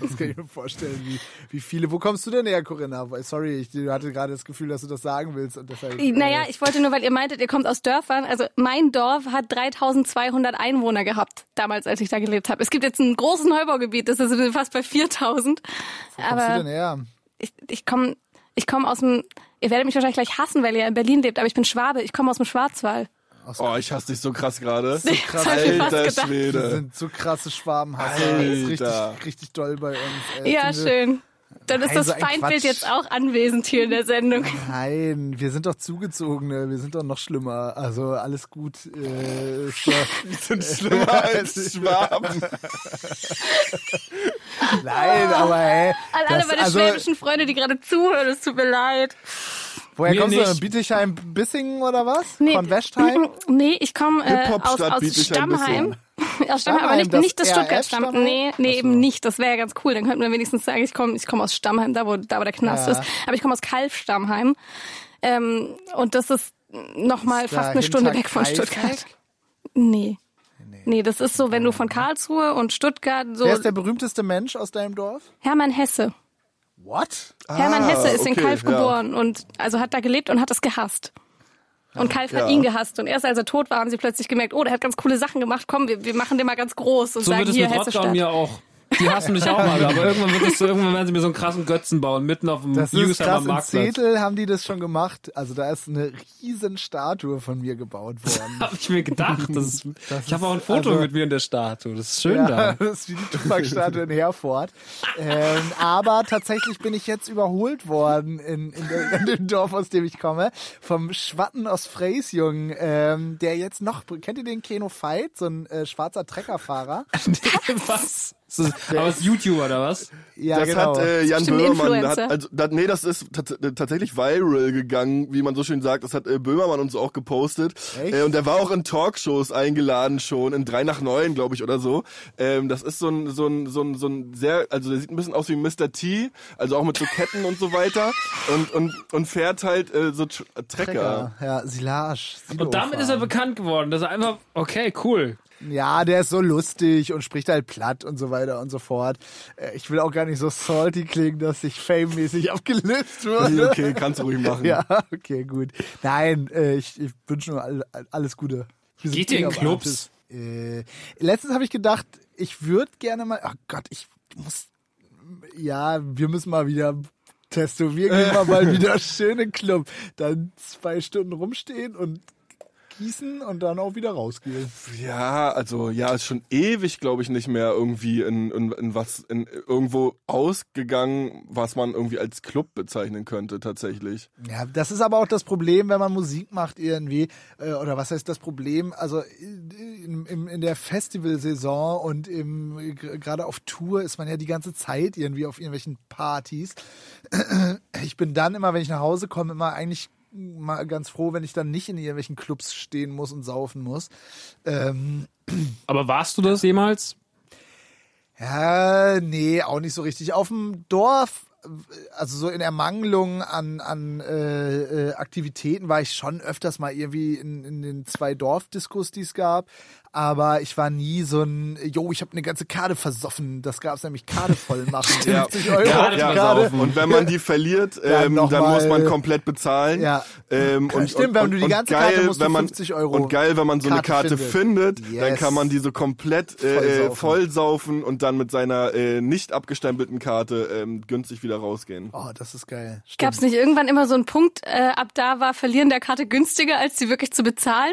Speaker 4: Das kann ich mir vorstellen, wie, wie viele. Wo kommst du denn her, Corinna? Sorry, ich hatte gerade das Gefühl, dass du das sagen willst. Und deshalb, äh,
Speaker 2: Naja, ich wollte nur, weil ihr meintet, ihr kommt aus Dörfern. Also mein Dorf hat 3200 Einwohner gehabt, damals, als ich da gelebt habe. Es gibt jetzt ein großes Neubaugebiet, das ist fast bei 4000.
Speaker 4: kommst du denn
Speaker 2: Aber
Speaker 4: her?
Speaker 2: ich, ich komme ich komm aus dem, ihr werdet mich wahrscheinlich gleich hassen, weil ihr in Berlin lebt, aber ich bin Schwabe, ich komme aus dem Schwarzwald.
Speaker 3: Oh, ich hasse dich so krass gerade.
Speaker 2: Das hab ich mir fast
Speaker 3: Alter
Speaker 2: gedacht.
Speaker 4: Wir
Speaker 3: Schwede.
Speaker 4: sind so krasse Schwabenhasser. Das ist
Speaker 3: Alter.
Speaker 4: richtig, richtig doll bei uns. Äh, ey.
Speaker 2: Ja,
Speaker 4: Sind wir-
Speaker 2: schön. Dann ist
Speaker 4: Nein,
Speaker 2: das
Speaker 4: so ein
Speaker 2: Feindbild
Speaker 4: Quatsch.
Speaker 2: jetzt auch anwesend hier in der Sendung.
Speaker 4: Nein, wir sind doch Zugezogene. Wir sind doch noch schlimmer. Also alles gut. Äh, ist doch-
Speaker 3: Sind schlimmer als Schwaben.
Speaker 4: Nein, aber hey.
Speaker 2: Oh. An alle
Speaker 4: das-
Speaker 2: meine
Speaker 4: also,
Speaker 2: schwäbischen Freunde, die gerade zuhören, es tut mir leid.
Speaker 4: woher
Speaker 1: Mir
Speaker 4: kommst du?
Speaker 1: nicht.
Speaker 4: Bietigheim, Bissingen oder was? Von Westheim?
Speaker 2: Nee, ich komme äh, aus,
Speaker 3: Hip-Hop-Stadt
Speaker 2: aus
Speaker 3: biete ich ein bisschen.
Speaker 2: Stammheim. Aus Stammheim, aber
Speaker 4: Stammheim,
Speaker 2: nicht das, nicht das
Speaker 4: das RAF
Speaker 2: Stuttgart
Speaker 4: Stammheim?
Speaker 2: Stammheim. Nee, nee eben nicht. Das wäre ja ganz cool. Dann könnten wir wenigstens sagen, ich komme ich komm aus Stammheim, da wo, da wo der Knast
Speaker 4: Ja.
Speaker 2: ist. Aber ich komme aus Kalf Stammheim. Ähm, und das ist nochmal
Speaker 4: Ist da
Speaker 2: fast eine Stunde
Speaker 4: hinter
Speaker 2: weg von
Speaker 4: Kreisweg?
Speaker 2: Stuttgart. Nee. Nee, das ist so, wenn du von Karlsruhe und Stuttgart so.
Speaker 4: Wer ist der berühmteste Mensch aus deinem Dorf?
Speaker 2: Hermann Hesse.
Speaker 4: What?
Speaker 2: Hermann
Speaker 3: Ah,
Speaker 2: Hesse ist in
Speaker 3: okay,
Speaker 2: Kalf
Speaker 3: ja.
Speaker 2: geboren und also hat da gelebt und hat es gehasst. Und Kalf
Speaker 3: Ja.
Speaker 2: hat ihn gehasst. Und erst als er tot war, haben sie plötzlich gemerkt, oh, der hat ganz coole Sachen gemacht. Komm, wir, wir machen den mal ganz groß und
Speaker 1: So
Speaker 2: sagen
Speaker 1: wird es
Speaker 2: hier
Speaker 1: mit
Speaker 2: Hesse
Speaker 1: Rottgau
Speaker 2: Stadt.
Speaker 1: mir auch. Die hassen mich auch mal, aber irgendwann, wird das so, irgendwann werden sie mir so einen krassen Götzen bauen, mitten auf dem
Speaker 4: Das ist krass. In
Speaker 1: Marktplatz.
Speaker 4: Zetel haben die das schon gemacht. Also da ist eine riesen Statue von mir gebaut worden.
Speaker 1: Habe ich mir gedacht. Das ist, ich habe auch ein Foto
Speaker 4: also-
Speaker 1: mit mir in der Statue. Das ist schön
Speaker 4: Ja,
Speaker 1: da.
Speaker 4: das ist wie die Tupac-Statue in Herford. Ähm, aber tatsächlich bin ich jetzt überholt worden in, in, der, in dem Dorf, aus dem ich komme, vom Schwatten aus Freysjungen, ähm, der jetzt noch, kennt ihr den Keno Veit, so ein äh, schwarzer Treckerfahrer?
Speaker 1: was? Ist das, aber ist YouTuber oder was?
Speaker 4: Ja, genau.
Speaker 3: das hat äh, Jan
Speaker 2: Bestimmt
Speaker 3: Böhmermann,
Speaker 2: Influencer.
Speaker 3: hat, also, das, nee, das ist tats äh, tatsächlich viral gegangen, wie man so schön sagt. Das hat äh, Böhmermann uns auch gepostet.
Speaker 4: Echt?
Speaker 3: Äh, und der war auch in Talkshows eingeladen schon, in 3 nach 9, glaube ich, oder so. Ähm, das ist so ein, so, ein, so, ein, so ein sehr, also der sieht ein bisschen aus wie Mr. T, also auch mit so Ketten und so weiter. Und, und, und fährt halt äh, so Tr Trecker.
Speaker 4: Trecker. Ja, Silage.
Speaker 1: Und damit ist er bekannt geworden. Das ist einfach, okay, cool.
Speaker 4: Ja, der ist so lustig und spricht halt platt und so weiter und so fort. Äh, Ich will auch gar nicht so salty klingen, dass ich fame-mäßig abgelöst wurde.
Speaker 3: Also, Okay, kannst du ruhig machen.
Speaker 4: Ja, okay, gut. Nein, äh, ich, ich wünsche nur all, all- alles Gute. Wir sind
Speaker 1: Geht ihr in
Speaker 4: King of
Speaker 1: Clubs?
Speaker 4: Artists. Äh, letztens habe ich gedacht, ich würde gerne mal. Oh Gott, ich muss. Ja, wir müssen mal wieder. Testo, wir gehen mal, mal wieder schön in den Club. Dann zwei Stunden rumstehen und gießen und dann auch wieder rausgehen.
Speaker 3: Ja, also ja, ist schon ewig, glaube ich, nicht mehr irgendwie in, in, in was in irgendwo ausgegangen, was man irgendwie als Club bezeichnen könnte tatsächlich.
Speaker 4: Ja, das ist aber auch das Problem, wenn man Musik macht irgendwie, äh, oder was heißt das Problem? Also in, in, in der Festivalsaison und im gerade auf Tour ist man ja die ganze Zeit irgendwie auf irgendwelchen Partys. Ich bin dann immer, wenn ich nach Hause komme, immer eigentlich mal ganz froh, wenn ich dann nicht in irgendwelchen Clubs stehen muss und saufen muss. Ähm,
Speaker 1: Aber warst du das jemals?
Speaker 4: ja, nee, auch nicht so richtig. Auf dem Dorf, also so in Ermangelung an, an äh, äh, Aktivitäten, war ich schon öfters mal irgendwie in, in den zwei Dorfdiskos, die es gab. Aber ich war nie so ein, jo, ich habe eine ganze Karte versoffen. Das gab's nämlich Karte voll machen. 50 Euro.
Speaker 1: Karte
Speaker 4: Ja,
Speaker 1: versaufen.
Speaker 4: Karte.
Speaker 3: Und wenn man die verliert,
Speaker 4: Dann
Speaker 3: ähm,
Speaker 4: noch
Speaker 3: dann
Speaker 4: mal-
Speaker 3: muss man komplett bezahlen.
Speaker 4: Ja.
Speaker 3: Ähm, und,
Speaker 4: Stimmt,
Speaker 3: und,
Speaker 4: wenn
Speaker 3: und,
Speaker 4: du die ganze
Speaker 3: und geil,
Speaker 4: Karte musst du
Speaker 3: wenn man,
Speaker 4: 50 Euro
Speaker 3: Und geil, wenn man so eine
Speaker 4: Karte
Speaker 3: Karte
Speaker 4: findet.
Speaker 3: findet, dann
Speaker 4: Yes.
Speaker 3: kann man die so komplett äh,
Speaker 4: Vollsaufen.
Speaker 3: äh, vollsaufen und dann mit seiner äh, nicht abgestempelten Karte ähm, günstig wieder rausgehen.
Speaker 4: Oh, das ist geil. Stimmt.
Speaker 2: Gab es nicht irgendwann immer so einen Punkt, äh, ab da war Verlieren der Karte günstiger, als sie wirklich zu bezahlen?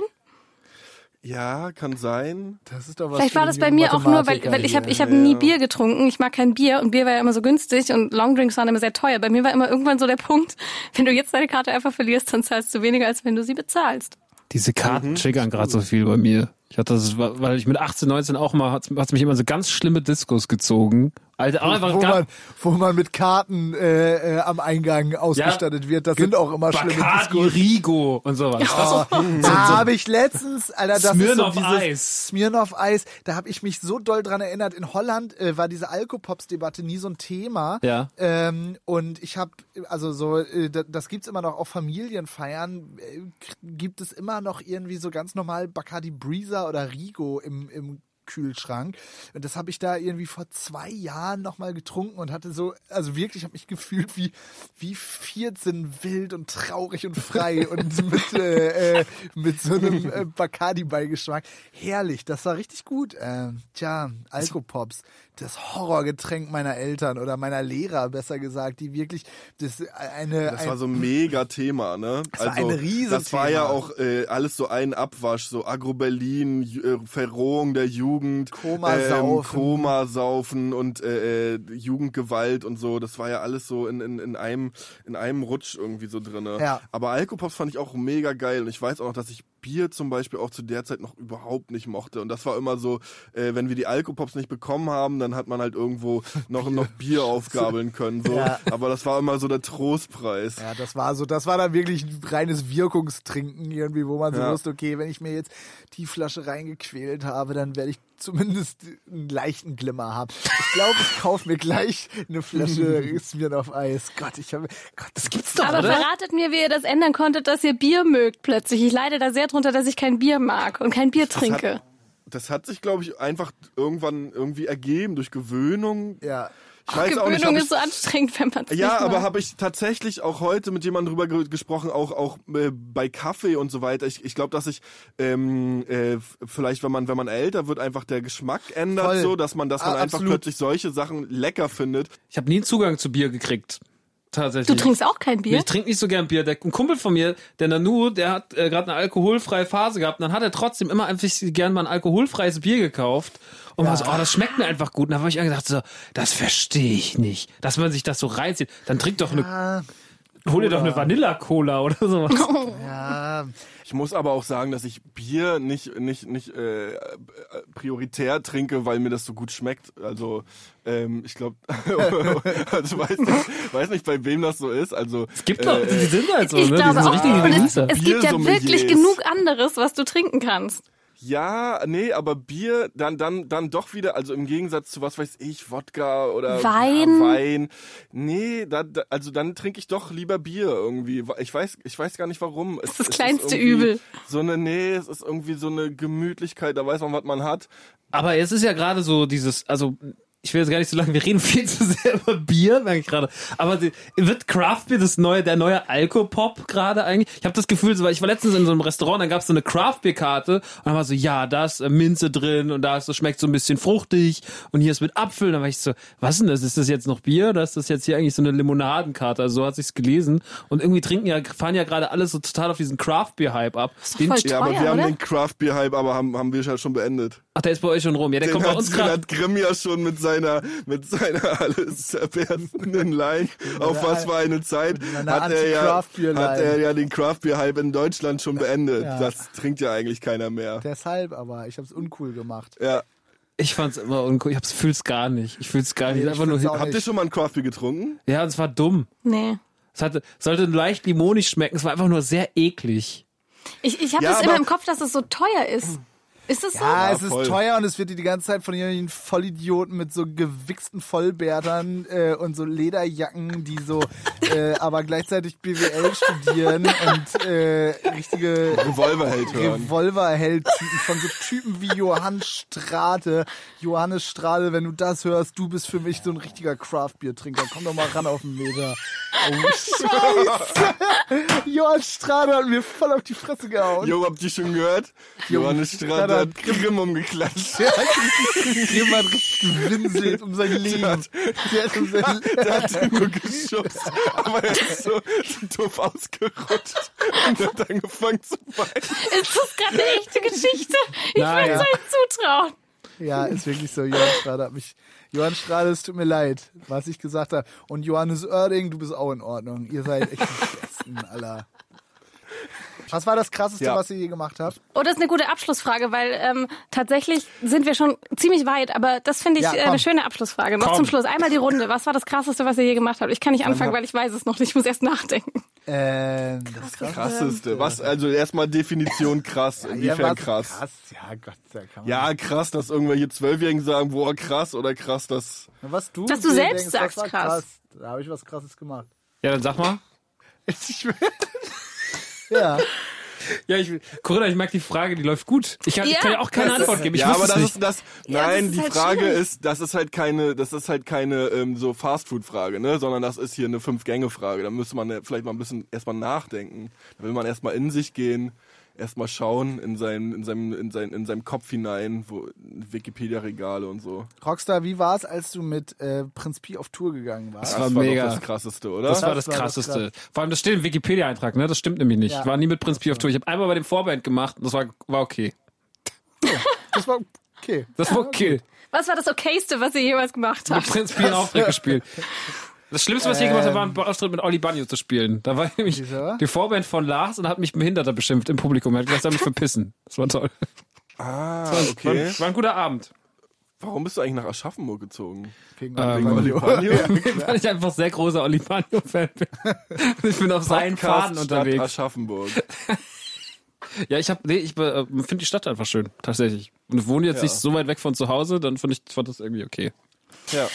Speaker 3: Ja, kann sein.
Speaker 4: Das ist doch was
Speaker 2: Vielleicht
Speaker 4: für
Speaker 2: war
Speaker 4: die
Speaker 2: das bei mir auch nur, weil,
Speaker 4: Mathematiker
Speaker 2: weil ich habe
Speaker 4: hier.
Speaker 2: ich hab nie Bier getrunken. Ich mag kein Bier und Bier war ja immer so günstig und Longdrinks waren immer sehr teuer. Bei mir war immer irgendwann so der Punkt, wenn du jetzt deine Karte einfach verlierst, dann zahlst du weniger, als wenn du sie bezahlst.
Speaker 1: Diese
Speaker 2: Mhm.
Speaker 1: Karten triggern gerade so viel bei mir. Ich hatte das, weil ich mit 18, 19 auch mal, hat es mich immer so ganz schlimme Diskos gezogen. Alter, auch einfach
Speaker 4: wo
Speaker 1: gar-
Speaker 4: man, wo man mit Karten äh, äh, am Eingang ausgestattet wird. Das sind auch immer schlimme
Speaker 1: Bacardi,
Speaker 4: Diskussionen.
Speaker 1: Rigo und sowas.
Speaker 4: Oh, da habe ich letztens, Alter, das
Speaker 1: Smirnoff
Speaker 4: ist so dieses
Speaker 1: Eis.
Speaker 4: Smirnoff Eis, da habe ich mich so doll dran erinnert. In Holland äh, war diese Alkopops-Debatte nie so ein Thema.
Speaker 1: Ja.
Speaker 4: Ähm, und ich habe, also so, äh, da- das gibt's immer noch auf Familienfeiern, äh, k- gibt es immer noch irgendwie so ganz normal Bacardi Breezer oder Rigo im, im Kühlschrank. Und das habe ich da irgendwie vor zwei Jahren nochmal getrunken und hatte so, also wirklich habe mich gefühlt wie, wie 14 wild und traurig und frei und mit, äh, äh, mit so einem äh, Bacardi-Beigeschmack. Herrlich, das war richtig gut. Ähm, tja, Alkopops, das Horrorgetränk meiner Eltern oder meiner Lehrer, besser gesagt, die wirklich das äh, eine,
Speaker 3: Das
Speaker 4: ein,
Speaker 3: war so ein mega Thema, ne?
Speaker 4: Das war ein Riesenthema.
Speaker 3: Das war ja auch äh, alles so ein Abwasch, so Agro-Berlin, Ju- äh, Verrohung der Jugend,
Speaker 4: Komasaufen.
Speaker 3: Komasaufen und äh, äh, Jugendgewalt und so. Das war ja alles so in, in, in, einem, in einem Rutsch irgendwie so drinne.
Speaker 4: Ja.
Speaker 3: Aber Alkopops fand ich auch mega geil und ich weiß auch noch, dass ich Bier zum Beispiel auch zu der Zeit noch überhaupt nicht mochte. Und das war immer so, äh, wenn wir die Alkopops nicht bekommen haben, dann hat man halt irgendwo noch Bier, noch Bier aufgabeln können. So.
Speaker 4: Ja.
Speaker 3: Aber das war immer so der Trostpreis.
Speaker 4: Ja, das war so, das war dann wirklich ein reines Wirkungstrinken irgendwie, wo man so
Speaker 3: Ja.
Speaker 4: wusste, okay, wenn ich mir jetzt die Flasche reingequält habe, dann werde ich zumindest einen leichten Glimmer haben. Ich glaube, ich kaufe mir gleich eine Flasche Smirnoff Eis. Gott, ich habe, Gott, das gibt's doch,
Speaker 2: Aber
Speaker 4: oder?
Speaker 2: verratet mir, wie ihr das ändern konntet, dass ihr Bier mögt plötzlich. Ich leide da sehr drunter, dass ich kein Bier mag und kein Bier trinke.
Speaker 3: Das hat sich, glaube ich, einfach irgendwann irgendwie ergeben durch Gewöhnung.
Speaker 4: Ja.
Speaker 3: Ich weiß auch nicht, ob
Speaker 2: Gewöhnung
Speaker 3: ich,
Speaker 2: ist so anstrengend, wenn man es
Speaker 3: ja,
Speaker 2: nicht
Speaker 3: aber
Speaker 2: mag.
Speaker 3: habe ich tatsächlich auch heute mit jemandem drüber ge gesprochen, auch auch äh, bei Kaffee und so weiter. Ich, ich glaube, dass ich ähm, äh, f- vielleicht, wenn man wenn man älter wird, einfach der Geschmack ändert,
Speaker 4: Voll.
Speaker 3: so dass man dass man
Speaker 4: Ah,
Speaker 3: einfach
Speaker 4: absolut.
Speaker 3: plötzlich solche Sachen lecker findet.
Speaker 1: Ich habe nie einen Zugang zu Bier gekriegt.
Speaker 2: Du
Speaker 1: Tatsächlich.
Speaker 2: trinkst auch kein Bier?
Speaker 1: Ich trinke nicht so gern Bier. Der, ein Kumpel von mir, der Nanu, der hat äh, gerade eine alkoholfreie Phase gehabt. Und dann hat er trotzdem immer einfach gern mal ein alkoholfreies Bier gekauft. Und war so, oh, das schmeckt mir einfach gut. Und da habe ich angedacht, so, das verstehe ich nicht. Dass man sich das so reinzieht. Dann trink doch eine,
Speaker 4: Ah,
Speaker 1: hol dir doch eine Vanilla-Cola oder sowas.
Speaker 4: ja.
Speaker 3: Ich muss aber auch sagen, dass ich Bier nicht nicht nicht äh, äh, prioritär trinke, weil mir das so gut schmeckt. Also ähm, ich glaube, also weiß nicht, weiß nicht, bei wem das so ist. Also
Speaker 1: Es gibt doch, die sind halt so,
Speaker 2: ich
Speaker 1: ne? Die
Speaker 2: glaube
Speaker 1: sind so
Speaker 2: auch.
Speaker 1: richtige
Speaker 2: und es,
Speaker 1: Genießer.
Speaker 2: es gibt ja
Speaker 3: Biersommeliers.
Speaker 2: wirklich genug anderes, was du trinken kannst.
Speaker 3: Ja, nee, aber Bier dann dann dann doch wieder, also im Gegensatz zu was weiß ich, Wodka oder
Speaker 2: Wein.
Speaker 3: Ja, Wein. Nee, da, da, also dann trinke ich doch lieber Bier irgendwie. Ich weiß ich weiß gar nicht warum. Es,
Speaker 2: ist das
Speaker 3: es
Speaker 2: kleinste
Speaker 3: irgendwie
Speaker 2: Übel.
Speaker 3: So eine nee, es ist irgendwie so eine Gemütlichkeit, da weiß man, was man hat.
Speaker 1: Aber es ist ja gerade so dieses, also ich will jetzt gar nicht so lange, wir reden viel zu sehr über Bier, merke ich gerade. Aber die, wird Craft Beer das neue, der neue Alkopop gerade eigentlich? Ich habe das Gefühl, so, weil ich war letztens in so einem Restaurant, dann gab es so eine Craft Beer Karte und dann war so, ja, da ist äh, Minze drin und da ist, das schmeckt so ein bisschen fruchtig und hier ist mit Apfel. Und dann war ich so, was ist denn das? Ist das jetzt noch Bier oder ist das jetzt hier eigentlich so eine Limonadenkarte? Also so hat sich's gelesen. Und irgendwie trinken ja, fahren ja gerade alle so total auf diesen Craft Beer Hype ab.
Speaker 2: doch
Speaker 1: Den,
Speaker 2: voll
Speaker 3: Ja, aber
Speaker 2: Teuer,
Speaker 3: wir haben
Speaker 2: oder?
Speaker 3: den Craft Beer Hype, aber haben haben wir ja schon beendet.
Speaker 1: ach, der ist bei euch schon rum. Ja, der
Speaker 3: Den
Speaker 1: kommt bei
Speaker 3: hat,
Speaker 1: uns
Speaker 3: den
Speaker 1: gerade.
Speaker 3: hat Grimm ja schon mit seiner mit seiner alles zerwerfenden Line auf was für eine Zeit
Speaker 4: einer
Speaker 3: hat er ja
Speaker 4: Anti-Craft-Bier-Line.
Speaker 3: hat er ja den Craft Beer Hype in Deutschland schon beendet.
Speaker 4: Ja.
Speaker 3: Das trinkt ja eigentlich keiner mehr.
Speaker 4: Deshalb aber, ich habe es uncool gemacht.
Speaker 3: Ja.
Speaker 1: Ich fand's immer uncool. Ich hab's, fühl's gar nicht. Ich fühl's gar nicht.
Speaker 4: ich
Speaker 1: Einfach nur
Speaker 4: find's auch
Speaker 1: hin.
Speaker 3: Habt ihr schon mal ein Craft Beer getrunken?
Speaker 1: Ja, und es war dumm.
Speaker 2: Nee.
Speaker 1: Es hatte, sollte leicht limonig schmecken. Es war einfach nur sehr eklig.
Speaker 2: Ich, ich habe
Speaker 3: Ja,
Speaker 2: das immer
Speaker 3: aber-
Speaker 2: im Kopf, dass es so teuer ist. Ist es
Speaker 4: Ja,
Speaker 2: so?
Speaker 4: Ah, es ist
Speaker 3: voll.
Speaker 4: teuer und es wird dir die ganze Zeit von irgendwelchen Vollidioten mit so gewichsten Vollbärtern äh, und so Lederjacken, die so äh, aber gleichzeitig BWL studieren und äh, richtige
Speaker 3: Revolverheld hören.
Speaker 4: Revolverheld-Typen von so Typen wie Johann Strate. Johannes Strate, wenn du das hörst, du bist für mich so ein richtiger Craftbeer-Trinker. Komm doch mal ran auf den Meter. Oh, Scheiße! Johann Strate hat mir voll auf die Fresse gehauen.
Speaker 3: Jo, habt ihr schon gehört? Johannes Strand
Speaker 4: Strand
Speaker 3: hat Grimm umgeklatscht.
Speaker 4: Der hat richtig- jemand richtig gewinselt um sein Leben. Der hat um sein
Speaker 3: Der hat den nur geschubst, aber er ist so doof ausgerutscht und hat angefangen zu weinen.
Speaker 2: Ist das gerade eine echte Geschichte? Ich
Speaker 1: Nein.
Speaker 2: würde es euch zutrauen.
Speaker 4: Ja, ist wirklich so. Johann Strade hat mich. Johann Strade, es tut mir leid, was ich gesagt habe. Und Johannes Oerding, du bist auch in Ordnung. Ihr seid echt die Besten, aller. Was war das Krasseste,
Speaker 3: Ja.
Speaker 4: was ihr je gemacht habt?
Speaker 2: Oh, das ist eine gute Abschlussfrage, weil ähm, tatsächlich sind wir schon ziemlich weit, aber das finde ich
Speaker 4: Ja,
Speaker 2: äh,
Speaker 4: komm.
Speaker 2: eine schöne Abschlussfrage. Noch
Speaker 1: Komm.
Speaker 2: zum Schluss. Einmal die Runde. Was war das Krasseste, was ihr je gemacht habt? Ich kann nicht anfangen, weil ich weiß es noch nicht. Ich muss erst nachdenken.
Speaker 4: Ähm, das Krasseste.
Speaker 3: Krasseste. Was, also erstmal Definition krass. Inwiefern
Speaker 4: war
Speaker 3: krass?
Speaker 4: krass? Ja, Gott sei Dank.
Speaker 3: Ja, krass, dass irgendwelche Zwölfjährigen sagen, boah, krass oder krass, dass.
Speaker 4: Was du
Speaker 2: Dass du
Speaker 4: dir
Speaker 2: selbst
Speaker 4: denkst,
Speaker 2: sagst,
Speaker 4: das war
Speaker 2: krass.
Speaker 4: Da habe ich was Krasses gemacht.
Speaker 1: Ja, dann sag mal.
Speaker 4: Ich will- ja.
Speaker 1: Ja, ich, Corinna, ich merke die Frage, die läuft gut. Ich, kann- ich
Speaker 2: Ja.
Speaker 1: kann ja auch keine Antwort geben. Ich
Speaker 3: ja,
Speaker 1: wusste
Speaker 3: aber
Speaker 1: es nicht.
Speaker 3: das ist das.
Speaker 2: Ja, das
Speaker 3: Nein,
Speaker 2: ist
Speaker 3: die
Speaker 2: halt
Speaker 3: Frage
Speaker 2: schwierig.
Speaker 3: ist, das ist halt keine, das ist halt keine ähm, so Fastfood-Frage, ne? Sondern das ist hier eine Fünf-Gänge-Frage. Da müsste man äh, vielleicht mal ein bisschen erstmal nachdenken. Da will man erstmal in sich gehen, erstmal schauen in seinem, in seinem, in seinem, in seinem Kopf hinein, wo Wikipedia-Regale und so.
Speaker 4: Rockstar, wie war es, als du mit äh, Prinz Pi auf Tour gegangen warst?
Speaker 1: war
Speaker 3: doch
Speaker 1: mega.
Speaker 3: das krasseste, oder?
Speaker 1: Das war
Speaker 4: Das
Speaker 1: das,
Speaker 4: war das
Speaker 1: krasseste. Vor allem, das steht im Wikipedia-Eintrag, ne? Das stimmt nämlich nicht.
Speaker 4: Ja.
Speaker 1: Ich war nie mit Prinz Pi auf Tour. Ich habe einmal bei dem Vorband gemacht und das war, war okay.
Speaker 4: Das war okay.
Speaker 1: Das war okay.
Speaker 2: Was war das Okayste, was ihr jemals gemacht habt?
Speaker 1: Prinz Pi einen Auftritt gespielt. Das Schlimmste, was ich gemacht habe, war einen Auftritt mit Olli Bagno zu spielen. Da war nämlich
Speaker 4: Wieso?
Speaker 1: die Vorband von Lars und hat mich Behinderter beschimpft im Publikum. Er hat gesagt, er soll mich verpissen. Das war toll.
Speaker 3: Ah,
Speaker 1: War,
Speaker 3: okay.
Speaker 1: ein- war ein guter Abend.
Speaker 3: Warum bist du eigentlich nach Aschaffenburg gezogen?
Speaker 4: Ping,
Speaker 3: Wegen Oliver.
Speaker 1: Weil ich einfach sehr großer Olli Bagno-Fan bin. Und ich bin auf seinen
Speaker 3: Podcast
Speaker 1: Faden
Speaker 3: Stadt
Speaker 1: unterwegs.
Speaker 3: Aschaffenburg.
Speaker 1: Ja, ich habe, nee, ich äh, finde die Stadt einfach schön, tatsächlich. Und ich wohne jetzt
Speaker 3: Ja.
Speaker 1: nicht so weit weg von zu Hause, dann finde ich, fand das irgendwie okay.
Speaker 3: Ja.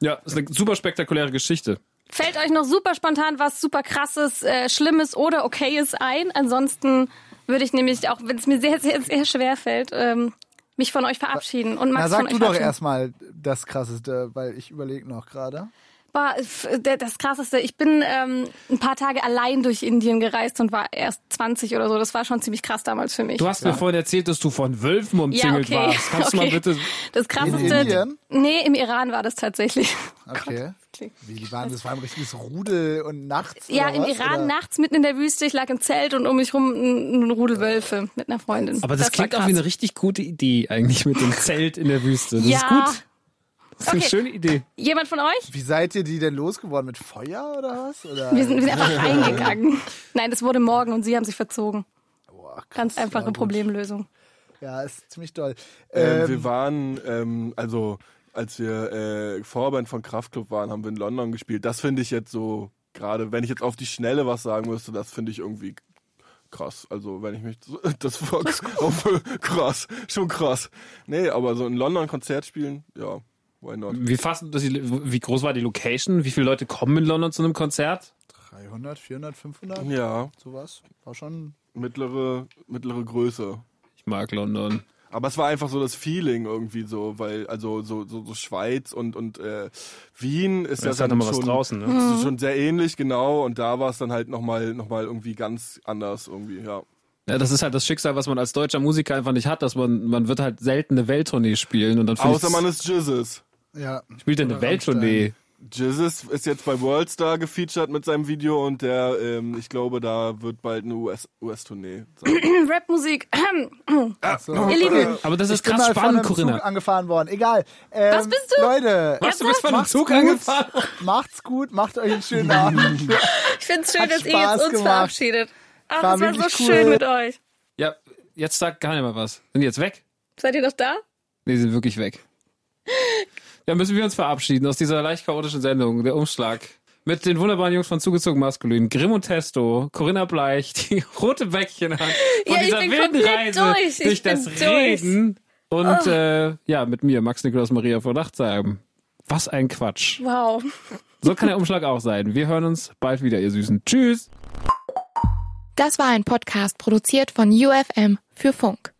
Speaker 1: Ja, ist eine super spektakuläre Geschichte.
Speaker 2: Fällt euch noch super spontan was super krasses, äh, schlimmes oder okayes ein? Ansonsten würde ich nämlich, auch wenn es mir sehr, sehr, sehr schwer fällt, ähm, mich von euch verabschieden und Max
Speaker 4: Na, sag
Speaker 2: von euch
Speaker 4: du doch
Speaker 2: verabschieden.
Speaker 4: erstmal das Krasseste, weil ich überlege noch gerade.
Speaker 2: Boah, f- der- das krasseste. Ich bin ähm, ein paar Tage allein durch Indien gereist und war erst 20 oder so. Das war schon ziemlich krass damals für mich.
Speaker 1: Du hast mir vorhin erzählt, dass du von Wölfen umzingelt warst. Kannst du mal bitte.
Speaker 2: Das krasseste.
Speaker 4: Indien?
Speaker 2: Nee, im Iran war das tatsächlich.
Speaker 4: Okay.
Speaker 2: klingt-
Speaker 4: Wie die waren, das war ein richtiges Rudel und nachts.
Speaker 2: Ja,
Speaker 4: oder
Speaker 2: im
Speaker 4: was,
Speaker 2: Iran
Speaker 4: oder?
Speaker 2: nachts mitten in der Wüste. Ich lag im Zelt und um mich rum ein, ein Rudel Wölfe mit einer Freundin.
Speaker 1: Aber das,
Speaker 2: war
Speaker 1: klingt auch
Speaker 2: krass.
Speaker 1: wie eine richtig gute Idee, eigentlich mit dem Zelt in der Wüste. Das ist
Speaker 2: Ja.
Speaker 1: gut. Das ist eine
Speaker 2: Okay.
Speaker 1: schöne Idee.
Speaker 2: Jemand von euch?
Speaker 4: Wie seid ihr die denn losgeworden? Mit Feuer oder was? Oder?
Speaker 2: Wir sind, wir sind einfach eingegangen. Nein, das wurde morgen und sie haben sich verzogen. Ganz einfache Problemlösung.
Speaker 4: ja, ist ziemlich doll.
Speaker 3: Ähm,
Speaker 4: Ähm,
Speaker 3: wir waren, ähm, also als wir äh, Vorband von Kraftclub waren, haben wir in London gespielt. Das finde ich jetzt so, gerade wenn ich jetzt auf die Schnelle was sagen müsste, das finde ich irgendwie krass. Also wenn ich mich, so- das war auf, krass, schon krass. Nee, aber so in London Konzert spielen, ja, why not?
Speaker 1: Wie, fast, wie groß war die Location? Wie viele Leute kommen in London zu einem Konzert?
Speaker 4: 300, 400, 500,
Speaker 3: Ja,
Speaker 4: sowas. War schon.
Speaker 3: mittlere, mittlere Größe.
Speaker 1: Ich mag London.
Speaker 3: Aber es war einfach so das Feeling irgendwie so, weil, also so, so, so Schweiz und, und äh, Wien ist
Speaker 1: Da
Speaker 3: ja
Speaker 1: ist halt
Speaker 3: dann
Speaker 1: nochmal was
Speaker 3: schon-
Speaker 1: draußen. Ne?
Speaker 3: Das ist schon sehr ähnlich, genau. Und da war es dann halt nochmal noch mal irgendwie ganz anders irgendwie, ja.
Speaker 1: Ja, das ist halt das Schicksal, was man als deutscher Musiker einfach nicht hat, dass man, man wird halt selten eine Welttournee spielen und dann find
Speaker 3: Außer
Speaker 1: ich's-
Speaker 3: man ist Jizzes.
Speaker 4: Ja.
Speaker 1: spielt er eine Welttournee.
Speaker 3: Jizzes ist jetzt bei Worldstar gefeatured mit seinem Video und der, ähm, ich glaube, da wird bald eine US US-Tournee sein.
Speaker 2: Rapmusik.
Speaker 4: So.
Speaker 2: Ihr Lieben,
Speaker 1: Aber das
Speaker 4: Ah, Ich
Speaker 1: ist
Speaker 4: bin
Speaker 1: krass
Speaker 4: mal von
Speaker 1: spannend,
Speaker 4: einem
Speaker 1: Corinna.
Speaker 4: Zug angefahren worden. Egal. Ähm,
Speaker 2: Was bist du?
Speaker 4: Leute,
Speaker 1: Was, du bist von einem
Speaker 4: macht's
Speaker 1: Zug
Speaker 4: gut.
Speaker 1: angefahren?
Speaker 4: Macht's gut, macht euch einen schönen Abend.
Speaker 2: ich finde es schön,
Speaker 4: Hat
Speaker 2: dass ihr
Speaker 4: Spaß
Speaker 2: jetzt uns
Speaker 4: gemacht.
Speaker 2: verabschiedet. Ach,
Speaker 4: War
Speaker 2: es war so
Speaker 4: wirklich cool.
Speaker 2: schön mit euch.
Speaker 1: Ja, jetzt sagt gar nicht mehr was. Sind die jetzt weg?
Speaker 2: Seid ihr noch da?
Speaker 1: Nee, die sind wirklich weg. Ja, müssen wir uns verabschieden aus dieser leicht chaotischen Sendung, der Umschlag. Mit den wunderbaren Jungs von Zugezogen Maskulin, Grimm und Testo, Corinna Bleich, die rote Bäckchen hat, von
Speaker 2: Ja, ich
Speaker 1: dieser
Speaker 2: bin
Speaker 1: wilden
Speaker 2: komplett
Speaker 1: Reise
Speaker 2: durch. Ich
Speaker 1: durch
Speaker 2: bin
Speaker 1: das
Speaker 2: durch. Oh.
Speaker 1: Reden und äh, ja, mit mir, Max Nikolaus Maria von Nachtsheim. Was ein Quatsch.
Speaker 2: Wow.
Speaker 1: So kann der Umschlag auch sein. Wir hören uns bald wieder, ihr Süßen. Tschüss.
Speaker 5: Das war ein Podcast produziert von UFM für Funk.